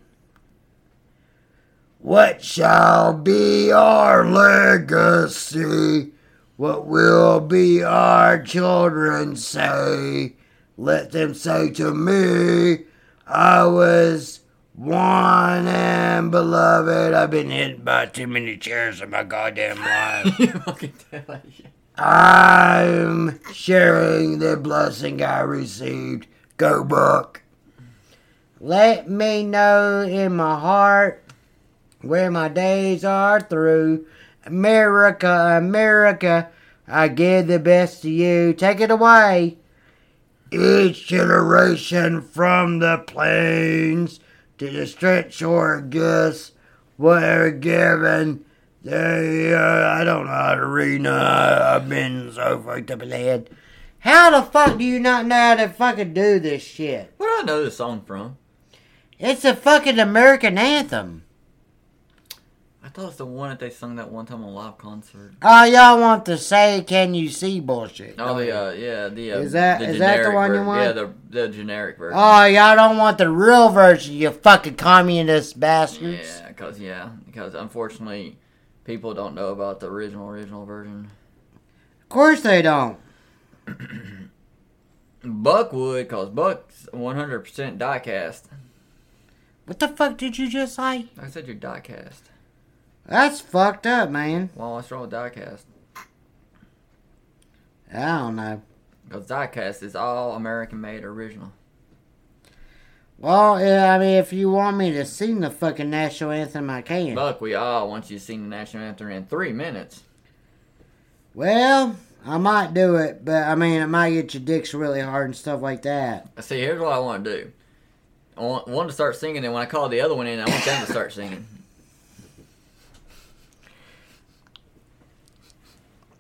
Speaker 3: What shall be our legacy? What will be our children say? Let them say to me, I was One and beloved, I've been hit by too many chairs in my goddamn life.
Speaker 1: you fucking tell you.
Speaker 3: I'm sharing the blessing I received. Go Buck.
Speaker 2: Let me know in my heart where my days are through. America, America, I give the best to you. Take it away.
Speaker 3: Each generation from the plains to the stretch or gifts were given. They, uh, I don't know how to read. now. I- I've been so fucked up in the head.
Speaker 2: How the fuck do you not know how to fucking do this shit?
Speaker 1: Where do I know this song from?
Speaker 2: It's a fucking American anthem.
Speaker 1: I thought it's the one that they sung that one time on live concert.
Speaker 2: Oh, y'all want to say, can you see bullshit?
Speaker 1: Oh, the uh, yeah, the uh,
Speaker 2: Is that-
Speaker 1: the
Speaker 2: is that the
Speaker 1: generic
Speaker 2: one you
Speaker 1: ver-
Speaker 2: want?
Speaker 1: Yeah, the the generic version.
Speaker 2: Oh, y'all don't want the real version, you fucking communist bastards.
Speaker 1: yeah, because yeah, because unfortunately, people don't know about the original original version.
Speaker 2: Of course they don't.
Speaker 1: Buckwood, cause Buck's 100% diecast.
Speaker 2: What the fuck did you just say?
Speaker 1: I said you're diecast.
Speaker 2: That's fucked up, man.
Speaker 1: Well, what's wrong with diecast?
Speaker 2: I don't know.
Speaker 1: Because diecast is all American made original.
Speaker 2: Well, yeah, I mean, if you want me to sing the fucking national anthem, I can.
Speaker 1: Buck, we all want you to sing the national anthem in three minutes.
Speaker 2: well, I might do it, but I mean, it might get your dicks really hard and stuff like that.
Speaker 1: See, here's what I want to do. I want one to start singing, and when I call the other one in, I want them to start singing.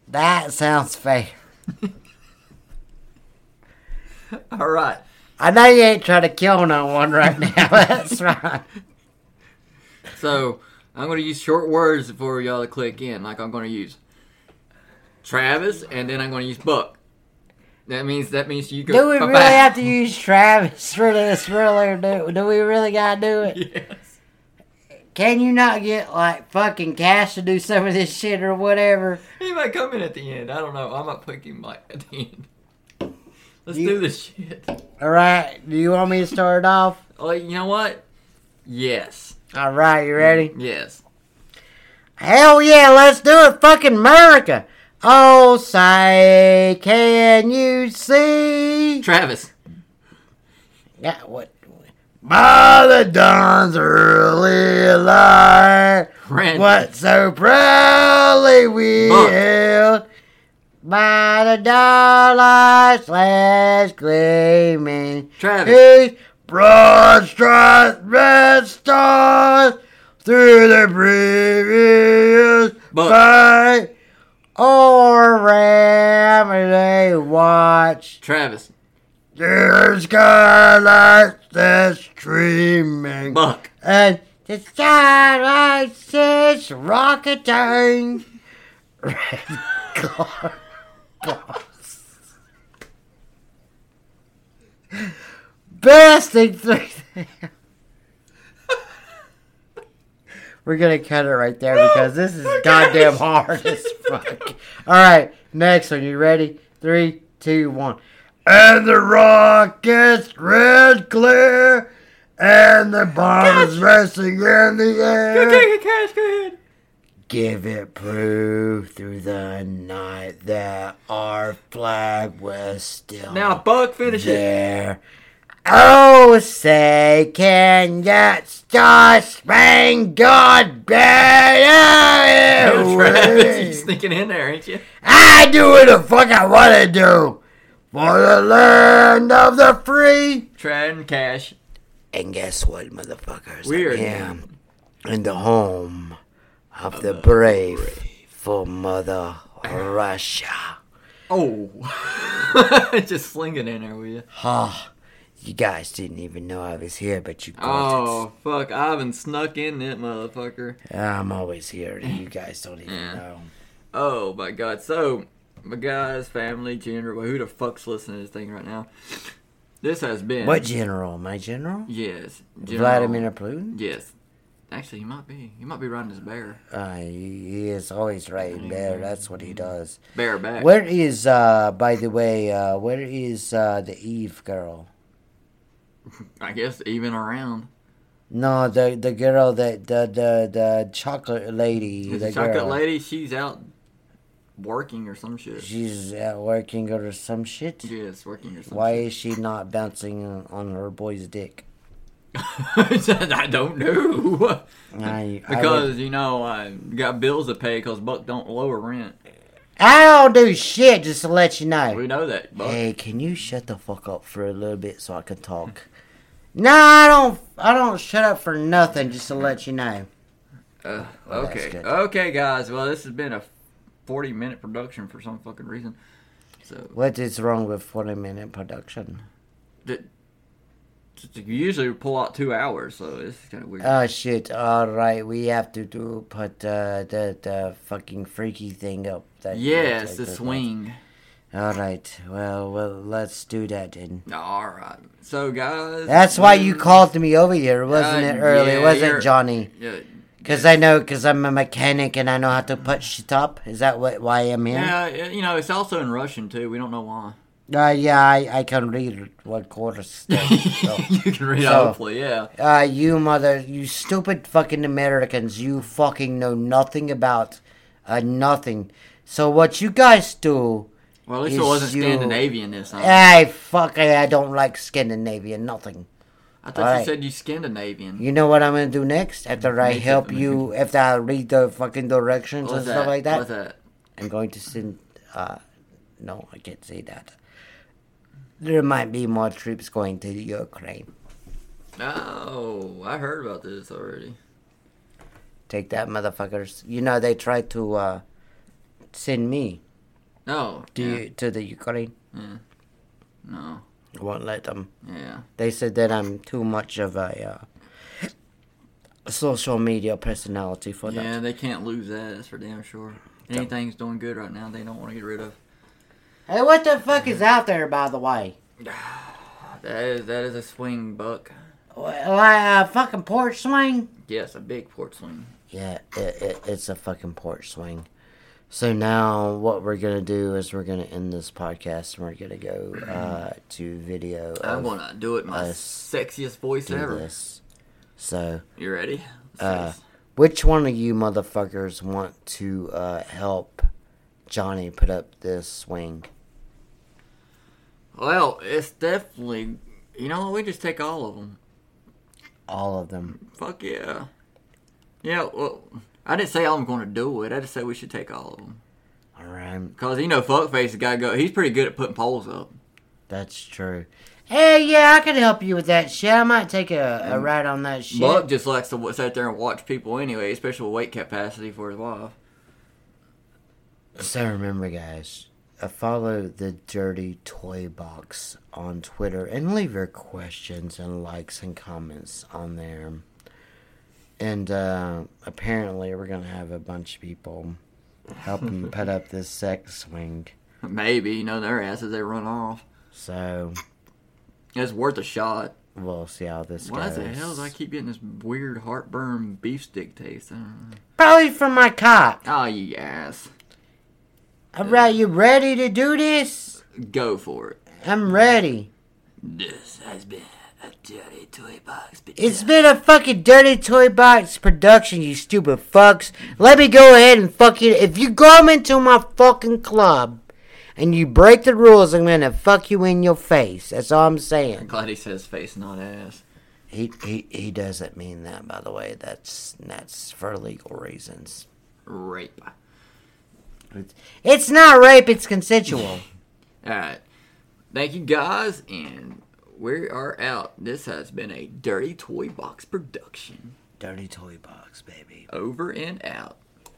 Speaker 2: That sounds fair.
Speaker 1: All right.
Speaker 2: I know you ain't trying to kill no one right now. That's right.
Speaker 1: So I'm going to use short words for y'all to click in. Like I'm going to use Travis, and then I'm going to use Buck. That means that means you go.
Speaker 2: Do we really
Speaker 1: bye-bye.
Speaker 2: have to use Travis for this? Really? Do, do we really gotta do it?
Speaker 1: Yes.
Speaker 2: Can you not get like fucking cash to do some of this shit or whatever?
Speaker 1: He might come in at the end. I don't know. I might pick him like at the end. Let's
Speaker 2: You-
Speaker 1: do this shit.
Speaker 2: All right. Do you want me to start off?
Speaker 1: Like you know what? Yes.
Speaker 2: All right. You ready?
Speaker 1: Yes.
Speaker 2: Hell yeah, let's do it, fucking America. Oh, say, can you see?
Speaker 1: Travis.
Speaker 2: Yeah, what?
Speaker 3: By the dawn's early light,
Speaker 1: Randy.
Speaker 3: what so proudly we
Speaker 1: Buck.
Speaker 3: hailed.
Speaker 2: By the dollars slash gleaming,
Speaker 1: Travis.
Speaker 2: whose
Speaker 3: Broad stripes, red stars through the previous
Speaker 1: Buck.
Speaker 3: fight.
Speaker 2: or ram they watch.
Speaker 1: Travis.
Speaker 3: There's skylights that's streaming.
Speaker 1: Buck.
Speaker 2: And the skylight says rocketing. Red car. Bursting through the- We're gonna cut it right there because this is goddamn hard as fuck. Alright, next one. You ready? Three, two, one.
Speaker 3: And the rockets red glare. And the bombs racing in the air.
Speaker 1: Cash, go ahead.
Speaker 3: Give it proof through the night that our flag was still
Speaker 1: Now Buck finish it.
Speaker 3: there.
Speaker 2: Oh, say, can that star spangled banner?
Speaker 1: Travis, you sneaking in there, ain't you?
Speaker 3: I do what the fuck I want to do for the land of the free.
Speaker 1: Trad and Cash.
Speaker 3: And guess what, motherfuckers?
Speaker 1: Weird.
Speaker 3: I am in the home of, the, brave, for Mother Russia.
Speaker 1: Oh. Just slinging in there with you.
Speaker 3: Oh, you guys didn't even know I was here, but you
Speaker 1: Oh, fuck. Ivan snuck in that motherfucker.
Speaker 3: I'm always here. You guys don't even
Speaker 1: Oh. Yeah.
Speaker 3: know.
Speaker 1: Oh, my God. So, my guys, family, general. Who the fuck's listening to this thing right now? This has been.
Speaker 3: What general? My general?
Speaker 1: Yes.
Speaker 2: Vladimir Putin?
Speaker 1: Yes. Actually, he might be. He might be riding his bear.
Speaker 3: Uh, he, he is always right there. That's what he does.
Speaker 1: Bear back.
Speaker 2: Where is, uh, by the way, uh, where is uh, the Eve girl?
Speaker 1: I guess even around.
Speaker 2: No, the the girl that the the, the chocolate lady.
Speaker 1: Is
Speaker 2: the
Speaker 1: the chocolate
Speaker 2: girl.
Speaker 1: lady, she's out working or some shit.
Speaker 2: She's out working or some shit.
Speaker 1: yes, working or some
Speaker 2: Why is she not bouncing on- on her boy's dick?
Speaker 1: shit. I don't know.
Speaker 2: I, I
Speaker 1: because,
Speaker 2: would-
Speaker 1: you know, I got bills to pay because Buck don't lower rent.
Speaker 2: I don't do shit. Just to let you know.
Speaker 1: We know that, Buck.
Speaker 2: Hey, can you shut the fuck up for a little bit so I can talk? no, I don't. I don't shut up for nothing. Just to let you know.
Speaker 1: Uh,
Speaker 2: Well, that's
Speaker 1: okay.
Speaker 2: good.
Speaker 1: Okay, guys. Well, this has been a 40 minute production for some fucking reason. So,
Speaker 2: What is wrong with forty minute production?
Speaker 1: that, usually we pull out two hours, so it's kind of weird.
Speaker 2: Oh shit! All right, we have to do put uh, the the fucking freaky thing up. That
Speaker 1: yes, the
Speaker 2: that-
Speaker 1: swing.
Speaker 2: All right. Well, well, let's do that then.
Speaker 1: All right. So, guys.
Speaker 2: That's why you
Speaker 1: we-
Speaker 2: called me over here, wasn't
Speaker 1: Uh,
Speaker 2: it? Early,
Speaker 1: yeah,
Speaker 2: wasn't
Speaker 1: you're-
Speaker 2: it, Johnny?
Speaker 1: Yeah,
Speaker 2: Because I know, because I'm a mechanic and I know how to put shit up. Is that what why I'm here?
Speaker 1: yeah, it- you know, it's also in Russian, too. We don't know why.
Speaker 2: Uh, yeah, I, I can read what quarters. so.
Speaker 1: you can read it,
Speaker 2: So-
Speaker 1: hopefully, yeah.
Speaker 2: Uh, you mother, you stupid fucking Americans, you fucking know nothing about uh, nothing. So what you guys do?
Speaker 1: Well, at least it
Speaker 2: Is
Speaker 1: wasn't
Speaker 2: you-
Speaker 1: Scandinavian this time.
Speaker 2: Hey, fuck! I, I don't like Scandinavia. Nothing.
Speaker 1: I thought you
Speaker 2: alright.
Speaker 1: said you Scandinavian.
Speaker 2: You know what I'm gonna do next? After I
Speaker 1: Native
Speaker 2: help you, after I read the fucking directions
Speaker 1: What's
Speaker 2: and stuff like that,
Speaker 1: What's that?
Speaker 2: I'm going to send. Uh, no, I can't say that. There might be more troops going to Ukraine.
Speaker 1: Oh, I heard about this already.
Speaker 2: Take that, motherfuckers! You know they tried to uh, send me
Speaker 1: No.
Speaker 2: to
Speaker 1: yeah,
Speaker 2: to the Ukraine.
Speaker 1: No.
Speaker 2: won't let them.
Speaker 1: Yeah.
Speaker 2: They said that I'm too much of a uh, social media personality for
Speaker 1: Yeah,
Speaker 2: that.
Speaker 1: they can't lose that. That's for damn sure. Anything's doing good right now. They don't want to get rid of.
Speaker 2: Hey, what the fuck is out there, by the way?
Speaker 1: That is that is a swing buck.
Speaker 2: Wh- Like a uh, fucking porch swing?
Speaker 1: Yes, a big port swing.
Speaker 2: Yeah, it, it, it's a fucking porch swing. So now what we're gonna do is we're gonna end this podcast and we're gonna go uh, to video.
Speaker 1: I'm
Speaker 2: of
Speaker 1: gonna do it in my
Speaker 2: us
Speaker 1: sexiest voice
Speaker 2: do
Speaker 1: ever.
Speaker 2: this. So.
Speaker 1: You ready? Let's do
Speaker 2: Uh,
Speaker 1: this.
Speaker 2: which one of you motherfuckers want to uh, help Johnny put up this swing?
Speaker 1: well, it's definitely. You know what? We just take all of them.
Speaker 2: All of them.
Speaker 1: Fuck yeah. Yeah. Well, I didn't say I'm gonna do it. I just said we should take all of them.
Speaker 2: All right,
Speaker 1: Cause you know, fuckface has gotta go. He's pretty good at putting poles up.
Speaker 2: that's true. Hey, yeah, I could help you with that shit. I might take a, a ride on that shit.
Speaker 1: Buck just likes to wa- sit there and watch people anyway, especially with weight capacity for his wife.
Speaker 2: So remember, guys, uh, follow the Dirty Toy Box on Twitter and leave your questions and likes and comments on there. And uh, apparently, we're gonna have a bunch of people helping put up this sex swing.
Speaker 1: Maybe you know their asses they run off.
Speaker 2: So
Speaker 1: It's worth a shot.
Speaker 2: we'll see how this
Speaker 1: Why
Speaker 2: goes.
Speaker 1: the hell do I keep getting this weird heartburn beef stick taste? I don't know.
Speaker 2: Probably from my cock.
Speaker 1: Oh yes,
Speaker 2: All right, you ready to do this?
Speaker 1: go for it.
Speaker 2: I'm ready.
Speaker 1: This has been a dirty toy box. but-
Speaker 2: It's been a fucking dirty toy box production, you stupid fucks. Let me go ahead and fuck you. If you come into my fucking club and you break the rules, I'm gonna fuck you in your face. That's all I'm saying.
Speaker 1: Glad he says face, not ass.
Speaker 2: He he, he doesn't mean that, by the way. That's that's for legal reasons.
Speaker 1: Rape. All
Speaker 2: It's not rape. It's consensual.
Speaker 1: right. Thank you guys, and we are out. This has been a dirty toy box production.
Speaker 2: dirty toy box, baby.
Speaker 1: Over and out.